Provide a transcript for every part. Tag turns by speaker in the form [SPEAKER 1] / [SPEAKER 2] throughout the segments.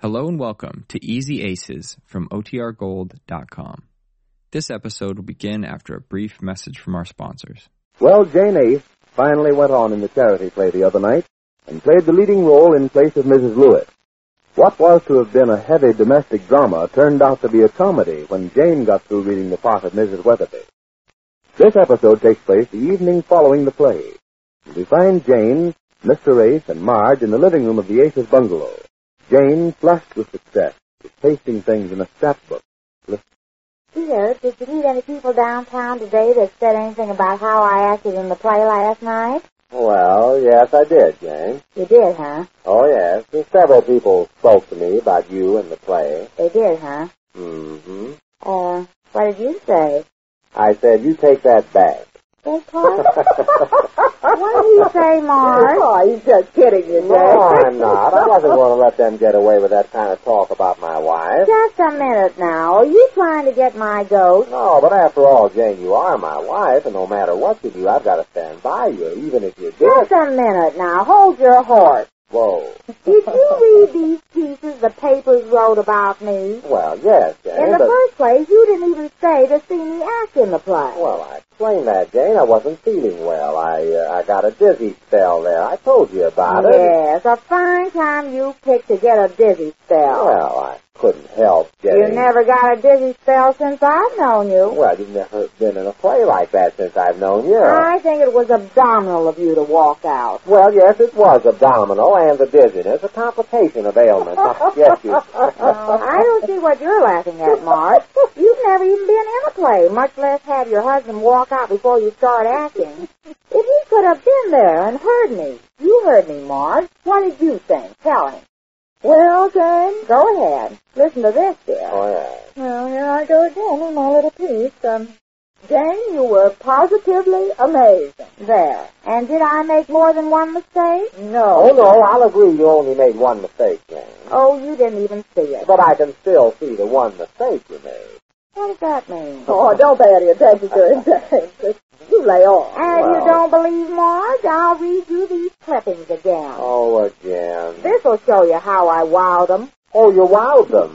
[SPEAKER 1] Hello and welcome to Easy Aces from OTRGold.com. This episode will begin after a brief message from our sponsors.
[SPEAKER 2] Well, Jane Ace finally went on in the charity play the other night and played the leading role in place of Mrs. Lewis. What was to have been a heavy domestic drama turned out to be a comedy when Jane got through reading the part of Mrs. Weatherby. This episode takes place the evening following the play. We find Jane, Mr. Ace, and Marge in the living room of the Ace's bungalow. Jane, flushed with success, is pasting things in a scrapbook.
[SPEAKER 3] Peter, did you meet any people downtown today that said anything about how I acted in the play last night?
[SPEAKER 2] Well, yes, I did, Jane.
[SPEAKER 3] You did, huh?
[SPEAKER 2] Oh, yes. Several people spoke to me about you and the play.
[SPEAKER 3] They did, huh?
[SPEAKER 2] Mm-hmm.
[SPEAKER 3] Uh, what did you say?
[SPEAKER 2] I said, you take that back.
[SPEAKER 3] Beg pardon? what did you say, Marge?
[SPEAKER 4] Oh, he's just kidding you,
[SPEAKER 2] No, I'm not. I wasn't going to let them get away with that kind of talk about my wife.
[SPEAKER 3] Just a minute now. Are you trying to get my goat?
[SPEAKER 2] No, but after all, Jane, you are my wife, and no matter what you do, I've got to stand by you, even if you
[SPEAKER 3] Just
[SPEAKER 2] did.
[SPEAKER 3] a minute now. Hold your horse.
[SPEAKER 2] Whoa.
[SPEAKER 3] Did you read these pieces the papers wrote about me?
[SPEAKER 2] Well, yes, Jane,
[SPEAKER 3] In the
[SPEAKER 2] but...
[SPEAKER 3] first place, you didn't even stay to see me act in the play.
[SPEAKER 2] Well, I explained that, Jane. I wasn't feeling well. I uh, I got a dizzy spell there. I told you about it.
[SPEAKER 3] Yes, a fine time you picked to get a dizzy spell.
[SPEAKER 2] Well, I couldn't help getting...
[SPEAKER 3] You never got a dizzy spell since I've known you.
[SPEAKER 2] Well, you've never been in a play like that since I've known you.
[SPEAKER 3] I think it was abdominal of you to walk out.
[SPEAKER 2] Well, yes, it was abdominal and the dizziness, a complication of ailment. Oh, yes, you.
[SPEAKER 3] I don't see what you're laughing at, Marge. You've never even been in a play, much less have your husband walk out before you start acting. If he could have been there and heard me, you heard me, Marge. What did you think? Tell him. Well, Jane, go ahead. Listen to this, dear.
[SPEAKER 2] Oh, yes.
[SPEAKER 3] Well, here I go again in my little piece. Um, Jane, you were positively amazing. There. And did I make more than one mistake? No.
[SPEAKER 2] Oh, no, I'll agree you only made one mistake, Jane.
[SPEAKER 3] Oh, you didn't even see it.
[SPEAKER 2] But I can still see the one mistake you made.
[SPEAKER 3] What does that mean?
[SPEAKER 4] Oh, don't pay any attention to him, James. You lay off.
[SPEAKER 3] And
[SPEAKER 2] well.
[SPEAKER 3] you don't believe Marge? I'll read you these clippings again.
[SPEAKER 2] Oh, again.
[SPEAKER 3] This'll show you how I wowed them.
[SPEAKER 2] Oh, you wowed them.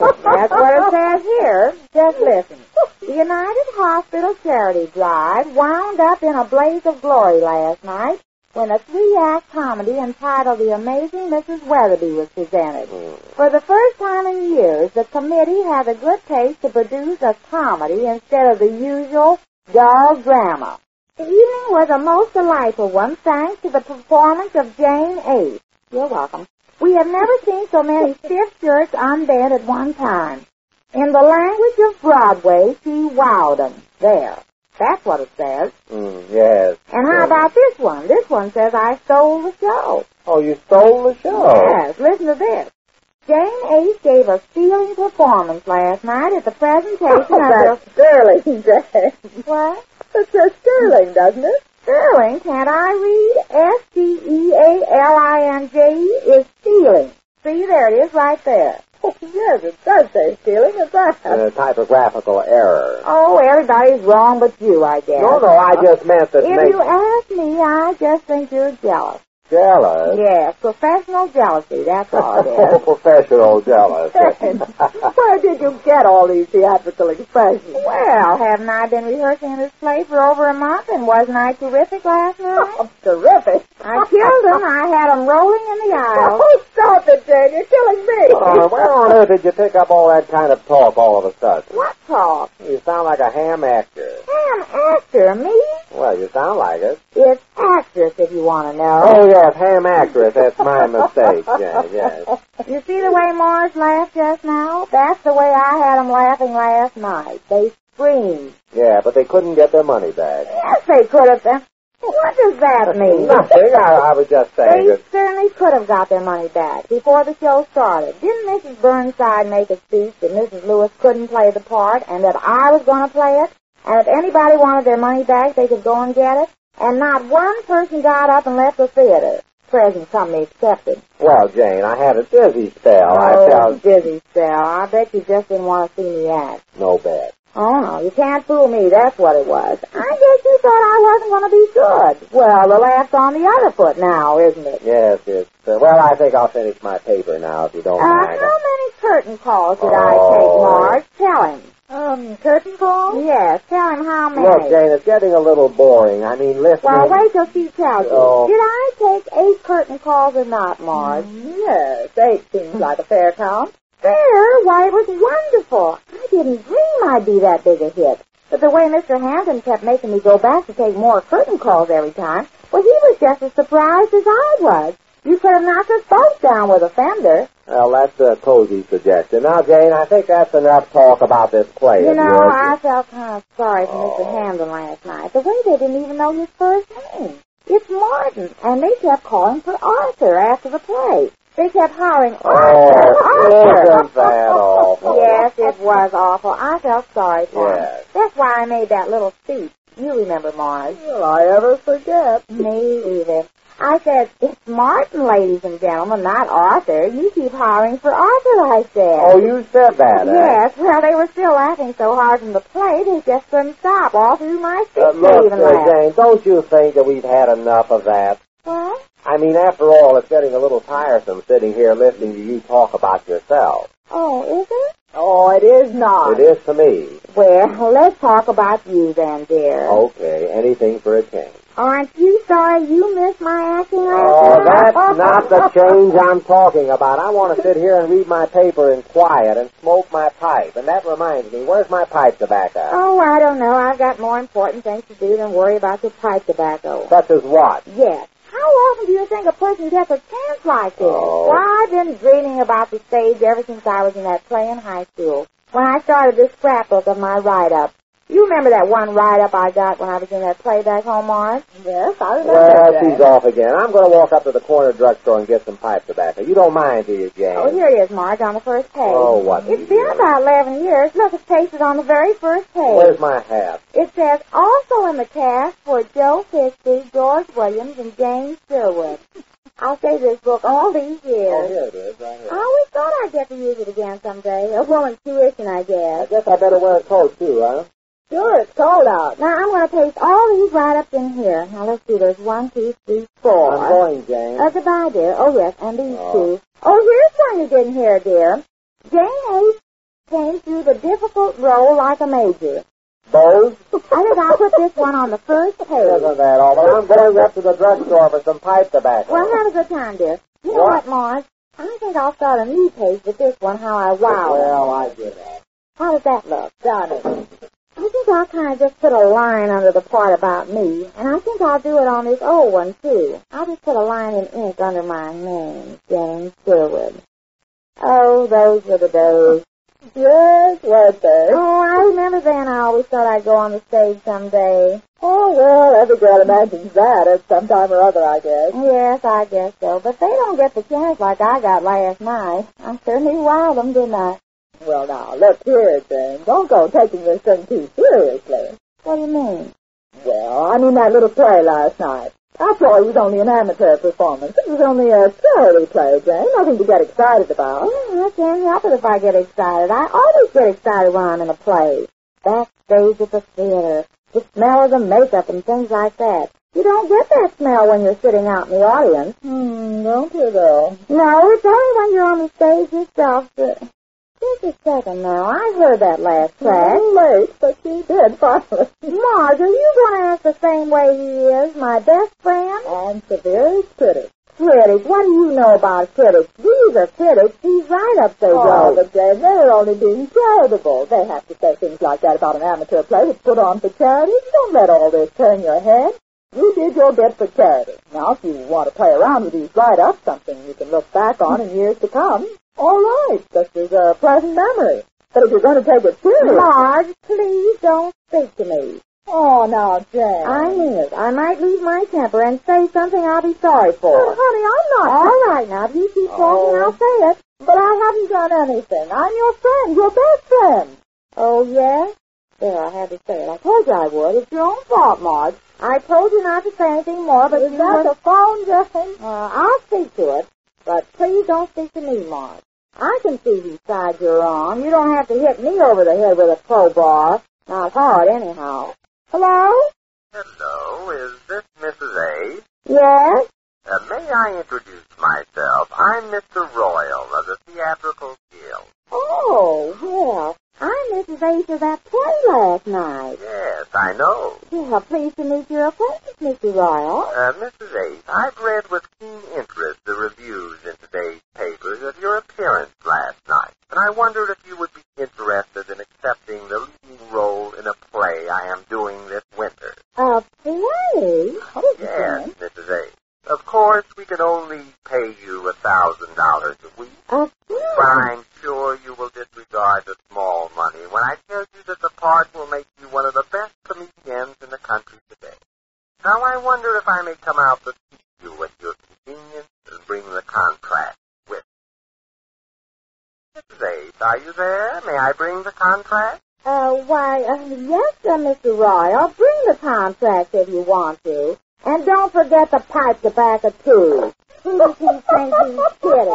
[SPEAKER 3] That's what it says here. Just listen. The United Hospital Charity Drive wound up in a blaze of glory last night when a three-act comedy entitled The Amazing Mrs. Weatherby was presented.
[SPEAKER 2] Mm,
[SPEAKER 3] For the first time in years, the committee had the good taste to produce a comedy instead of the usual dull drama. The evening was a most delightful one thanks to the performance of Jane Ace. You're welcome. We have never seen so many stiff shirts unbent at one time. In the language of Broadway, she wowed 'em. There. That's what it says.
[SPEAKER 2] Mm, yes.
[SPEAKER 3] And how
[SPEAKER 2] yes.
[SPEAKER 3] about this one? This one says, I stole the show.
[SPEAKER 2] Oh, you stole the show.
[SPEAKER 3] Yes, listen to this. Jane Ace gave a stealing performance last night at the presentation of
[SPEAKER 4] Oh, That's Sterling, James.
[SPEAKER 3] the... What?
[SPEAKER 4] It says Sterling, doesn't it?
[SPEAKER 3] Sterling, can't I read? E S-T-E-A-L-I-N-G is stealing. See, there it is right there.
[SPEAKER 4] Oh, yes, it does say Sterling. It's that.
[SPEAKER 2] Uh, typographical error.
[SPEAKER 3] Oh, everybody's wrong but you, I guess.
[SPEAKER 2] No, no, I just meant that
[SPEAKER 3] If
[SPEAKER 2] makes
[SPEAKER 3] you ask me, I just think you're jealous.
[SPEAKER 2] jealous.
[SPEAKER 3] Yes, professional jealousy, that's all
[SPEAKER 2] Oh,
[SPEAKER 3] it is.
[SPEAKER 2] professional jealous. Uh,
[SPEAKER 4] Where did you get all these theatrical expressions?
[SPEAKER 3] Well, haven't I been rehearsing this play for over a month, and wasn't I terrific last night?
[SPEAKER 4] Oh, terrific.
[SPEAKER 3] I killed 'em. I had 'em rolling in the aisles.
[SPEAKER 4] Oh, stop it, Jane. You're killing me.
[SPEAKER 2] Uh, where on earth did you pick up all that kind of talk all of a sudden?
[SPEAKER 3] What talk?
[SPEAKER 2] You sound like a ham actor.
[SPEAKER 3] Damn actor, me?
[SPEAKER 2] Well, you sound like it.
[SPEAKER 3] It's actress, if you want to know.
[SPEAKER 2] Oh, yes, ham actress. That's my mistake, Jane, yes.
[SPEAKER 4] Oh.
[SPEAKER 3] You see the way Morris laughed just now? That's the way I had 'em laughing last night. They screamed.
[SPEAKER 2] Yeah, but they couldn't get their money back.
[SPEAKER 3] Yes, they could have. been. What does that mean?
[SPEAKER 2] Nothing. I, I was just saying
[SPEAKER 3] They
[SPEAKER 2] that.
[SPEAKER 3] certainly could have got their money back before the show started. Didn't Mrs. Burnside make a speech that Mrs. Lewis couldn't play the part and that I was going to play it? And if anybody wanted their money back, they could go and get it? And not one person got up and left the theater. Present company excepted.
[SPEAKER 2] Well, Jane, I had a dizzy spell. I
[SPEAKER 3] oh,
[SPEAKER 2] felt
[SPEAKER 3] dizzy, Sal. I bet you just didn't want to see me act.
[SPEAKER 2] no bad.
[SPEAKER 3] Oh, no, you can't fool me. That's what it was. I guess you thought I wasn't going to be good. Well, the laugh's on the other foot now, isn't it?
[SPEAKER 2] Yes, yes. Uh, well, I think I'll finish my paper now, if you don't
[SPEAKER 3] Uh,
[SPEAKER 2] mind.
[SPEAKER 3] how many curtain calls did I take,
[SPEAKER 2] Oh.
[SPEAKER 3] Marge? Tell him. Um, curtain calls? Yes, tell him how many.
[SPEAKER 2] Look, Jane, it's getting a little boring. I mean, listen.
[SPEAKER 3] well, wait till she tells you.
[SPEAKER 2] Oh.
[SPEAKER 3] Did I take eight curtain calls or not, Marge?
[SPEAKER 4] Mm-hmm. Yes, eight seems like a fair count.
[SPEAKER 3] Fair? Why, it was wonderful. I didn't dream I'd be that big a hit. But the way Mr. Hampton kept making me go back to take more curtain calls every time, well, he was just as surprised as I was. You could have knocked us both down with a fender.
[SPEAKER 2] Well, that's a cozy suggestion. Now, Jane, I think that's enough talk about this play.
[SPEAKER 3] You
[SPEAKER 2] of
[SPEAKER 3] know,
[SPEAKER 2] yours.
[SPEAKER 3] I felt kind of sorry for Mr.
[SPEAKER 2] Oh.
[SPEAKER 3] Hamden last night. The way they didn't even know his first name. It's Martin, and they kept calling for Arthur after the play. They kept hollering, Arthur,
[SPEAKER 2] Oh,
[SPEAKER 3] Arthur.
[SPEAKER 2] isn't that awful?
[SPEAKER 3] Yes, it was awful. I felt sorry for
[SPEAKER 2] Yes.
[SPEAKER 3] him. That's why I made that little speech. You remember, Marge.
[SPEAKER 4] Will I ever forget?
[SPEAKER 3] Me either. I said, it's Martin, ladies and gentlemen, not Arthur. You keep hollering for Arthur, I said.
[SPEAKER 2] Oh, you said that, eh?
[SPEAKER 3] Yes, well, they were still laughing so hard in the play, they just couldn't stop all through my speech.
[SPEAKER 2] Uh,
[SPEAKER 3] they
[SPEAKER 2] look,
[SPEAKER 3] even
[SPEAKER 2] uh,
[SPEAKER 3] laughed.
[SPEAKER 2] Jane, don't you think that we've had enough of that?
[SPEAKER 3] What?
[SPEAKER 2] I mean, after all, it's getting a little tiresome sitting here listening to you talk about yourself.
[SPEAKER 3] Oh, is it?
[SPEAKER 4] Oh, it is not.
[SPEAKER 2] It is to me.
[SPEAKER 3] Well, let's talk about you then, dear.
[SPEAKER 2] Okay, anything for a change.
[SPEAKER 3] Aren't you sorry you missed my acting last
[SPEAKER 2] Oh,
[SPEAKER 3] night?
[SPEAKER 2] that's not the change I'm talking about. I want to sit here and read my paper in quiet and smoke my pipe. And that reminds me, where's my pipe tobacco?
[SPEAKER 3] Oh, I don't know. I've got more important things to do than worry about your pipe tobacco.
[SPEAKER 2] Such as what?
[SPEAKER 3] Yes. How often do you think a person gets a chance like this?
[SPEAKER 2] Oh.
[SPEAKER 3] Well, I've been dreaming about the stage ever since I was in that play in high school. When I started this scrapbook of my write-up. You remember that one write-up I got when I was in that play back home, Marge?
[SPEAKER 4] Yes, I remember
[SPEAKER 2] Well,
[SPEAKER 4] that.
[SPEAKER 2] she's off again. I'm going to walk up to the corner drugstore and get some pipe tobacco. You don't mind, do you, Jane?
[SPEAKER 3] Oh, here it is, Marge, on the first page.
[SPEAKER 2] Oh, what?
[SPEAKER 3] It's been about 11 years. Look, it's pasted on the very first page.
[SPEAKER 2] Where's my hat?
[SPEAKER 3] It says, also in the cast for Joe Fiske, George Williams, and James Sherwood. I'll save this book all these
[SPEAKER 2] Oh,
[SPEAKER 3] years.
[SPEAKER 2] here it is, right here.
[SPEAKER 3] I always thought I'd get to use it again someday. A woman's tuition, I
[SPEAKER 2] I
[SPEAKER 3] guess.
[SPEAKER 2] guess I better wear a coat, too, huh?
[SPEAKER 3] Sure, it's cold out. Now, I'm going to paste all these write-ups in here. Now, let's see. There's one, two, three,
[SPEAKER 2] I'm
[SPEAKER 3] four.
[SPEAKER 2] going, Jane.
[SPEAKER 3] Uh, goodbye, dear. Oh, yes, and these
[SPEAKER 2] Oh.
[SPEAKER 3] two. Oh, here's one you didn't hear, dear. Jane H. came through the difficult role like a major.
[SPEAKER 2] Both?
[SPEAKER 3] I think I'll put this one on the first page.
[SPEAKER 2] Isn't that awful? I'm going up to the drugstore for some pipe tobacco.
[SPEAKER 3] Well, have a good time, dear. You know what,
[SPEAKER 2] What?
[SPEAKER 3] Marge? I think I'll start a new page with this one, How I Wow.
[SPEAKER 2] Well, I get that.
[SPEAKER 3] How does that look? Got it. I think I'll kind of just put a line under the part about me, and I think I'll do it on this old one, too. I'll just put a line in ink under my name, James Sherwood. Oh, those were the days.
[SPEAKER 4] Yes, weren't they?
[SPEAKER 3] Oh, I remember then I always thought I'd go on the stage someday.
[SPEAKER 4] Oh, well, every girl imagines that at some time or other, I guess.
[SPEAKER 3] Yes, I guess so, but they don't get the chance like I got last night. I certainly wowed them, didn't I?
[SPEAKER 4] Well, now, look here, Jane. Don't go taking this thing too seriously.
[SPEAKER 3] What do you mean?
[SPEAKER 4] Well, I mean that little play last night. After all, it was only an amateur performance. It was only a charity play, Jane. Nothing to get excited about.
[SPEAKER 3] Oh, I can't help it if I get excited. I always get excited when I'm in a play. Backstage at the theater. The smell of the makeup and things like that. You don't get that smell when you're sitting out in the audience.
[SPEAKER 4] Hmm, don't you, though?
[SPEAKER 3] No, it's only when you're on the stage yourself. that- Just a second now. I heard that last track.
[SPEAKER 4] Well, late, but she did, finally.
[SPEAKER 3] Marge, are you going to act the same way he is, my best friend?
[SPEAKER 4] And severe as pretty.
[SPEAKER 3] Critics, what do you know about critics? These are critics. These write-ups they
[SPEAKER 4] Oh,
[SPEAKER 3] wrote.
[SPEAKER 4] but Jane, they're only being charitable. They have to say things like that about an amateur play that's put on for charity. Don't let all this turn your head. You did your bit for charity. Now, if you want to play around with these write-ups, something you can look back on in years to come, all right, just as a pleasant memory. But if you're going to take it seriously...
[SPEAKER 3] Marge, please don't speak to me.
[SPEAKER 4] Oh, now, Jane.
[SPEAKER 3] I mean it. I might lose my temper and say something I'll be sorry for.
[SPEAKER 4] honey, I'm
[SPEAKER 3] All right, now, if you keep talking, I'll say it.
[SPEAKER 4] But I haven't done anything. I'm your friend, your best friend.
[SPEAKER 3] Oh, yes? There, I had to say it. I told you I would. It's your own fault, Marge. I told you not to say anything more, but
[SPEAKER 4] Is
[SPEAKER 3] you
[SPEAKER 4] that
[SPEAKER 3] were-
[SPEAKER 4] the phone, Jane?
[SPEAKER 3] Uh, I'll speak to it, but please don't speak to me, Marge. I can see whose side you're on. You don't have to hit me over the head with a crowbar. Not hard, anyhow. Hello?
[SPEAKER 2] Hello, is this Mrs.
[SPEAKER 3] Yes?
[SPEAKER 2] A? Uh, may I introduce myself? I'm Mr. Royal of the Theatrical Guild.
[SPEAKER 3] Oh, well, I'm Mrs. H. of that play last night.
[SPEAKER 2] Yes, I know.
[SPEAKER 3] Yeah, pleased to meet your acquaintance, Mr. Royal.
[SPEAKER 2] Uh, Mrs. H, I've read with keen interest the reviews in today's papers of your appearance last night, and I wondered if you would be interested in accepting the leading role in a play I am doing this winter.
[SPEAKER 3] A play?
[SPEAKER 5] Oh,
[SPEAKER 2] Yes, Mrs. A. Of course, we can only pay you a thousand dollars a week,
[SPEAKER 3] A play?
[SPEAKER 2] but I'm sure you will disregard the small money when I tell you that the part will make you one of the best comedians in the country today. Now I wonder if I may come out to see you at your convenience and bring the contract with. me. Mrs. Ace, are you there? May I bring the contract?
[SPEAKER 3] Uh, why, uh, yes, sir, Mr. Royal. Bring the contract if you want to. And don't forget to pipe the back of two. He thinks he's kidding.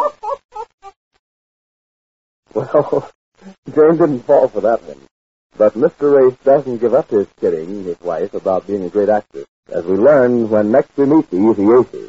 [SPEAKER 6] Well, Jane didn't fall for that one. But Mr. Race doesn't give up his kidding his wife about being a great actress, as we learn when next we meet the Easy Aces.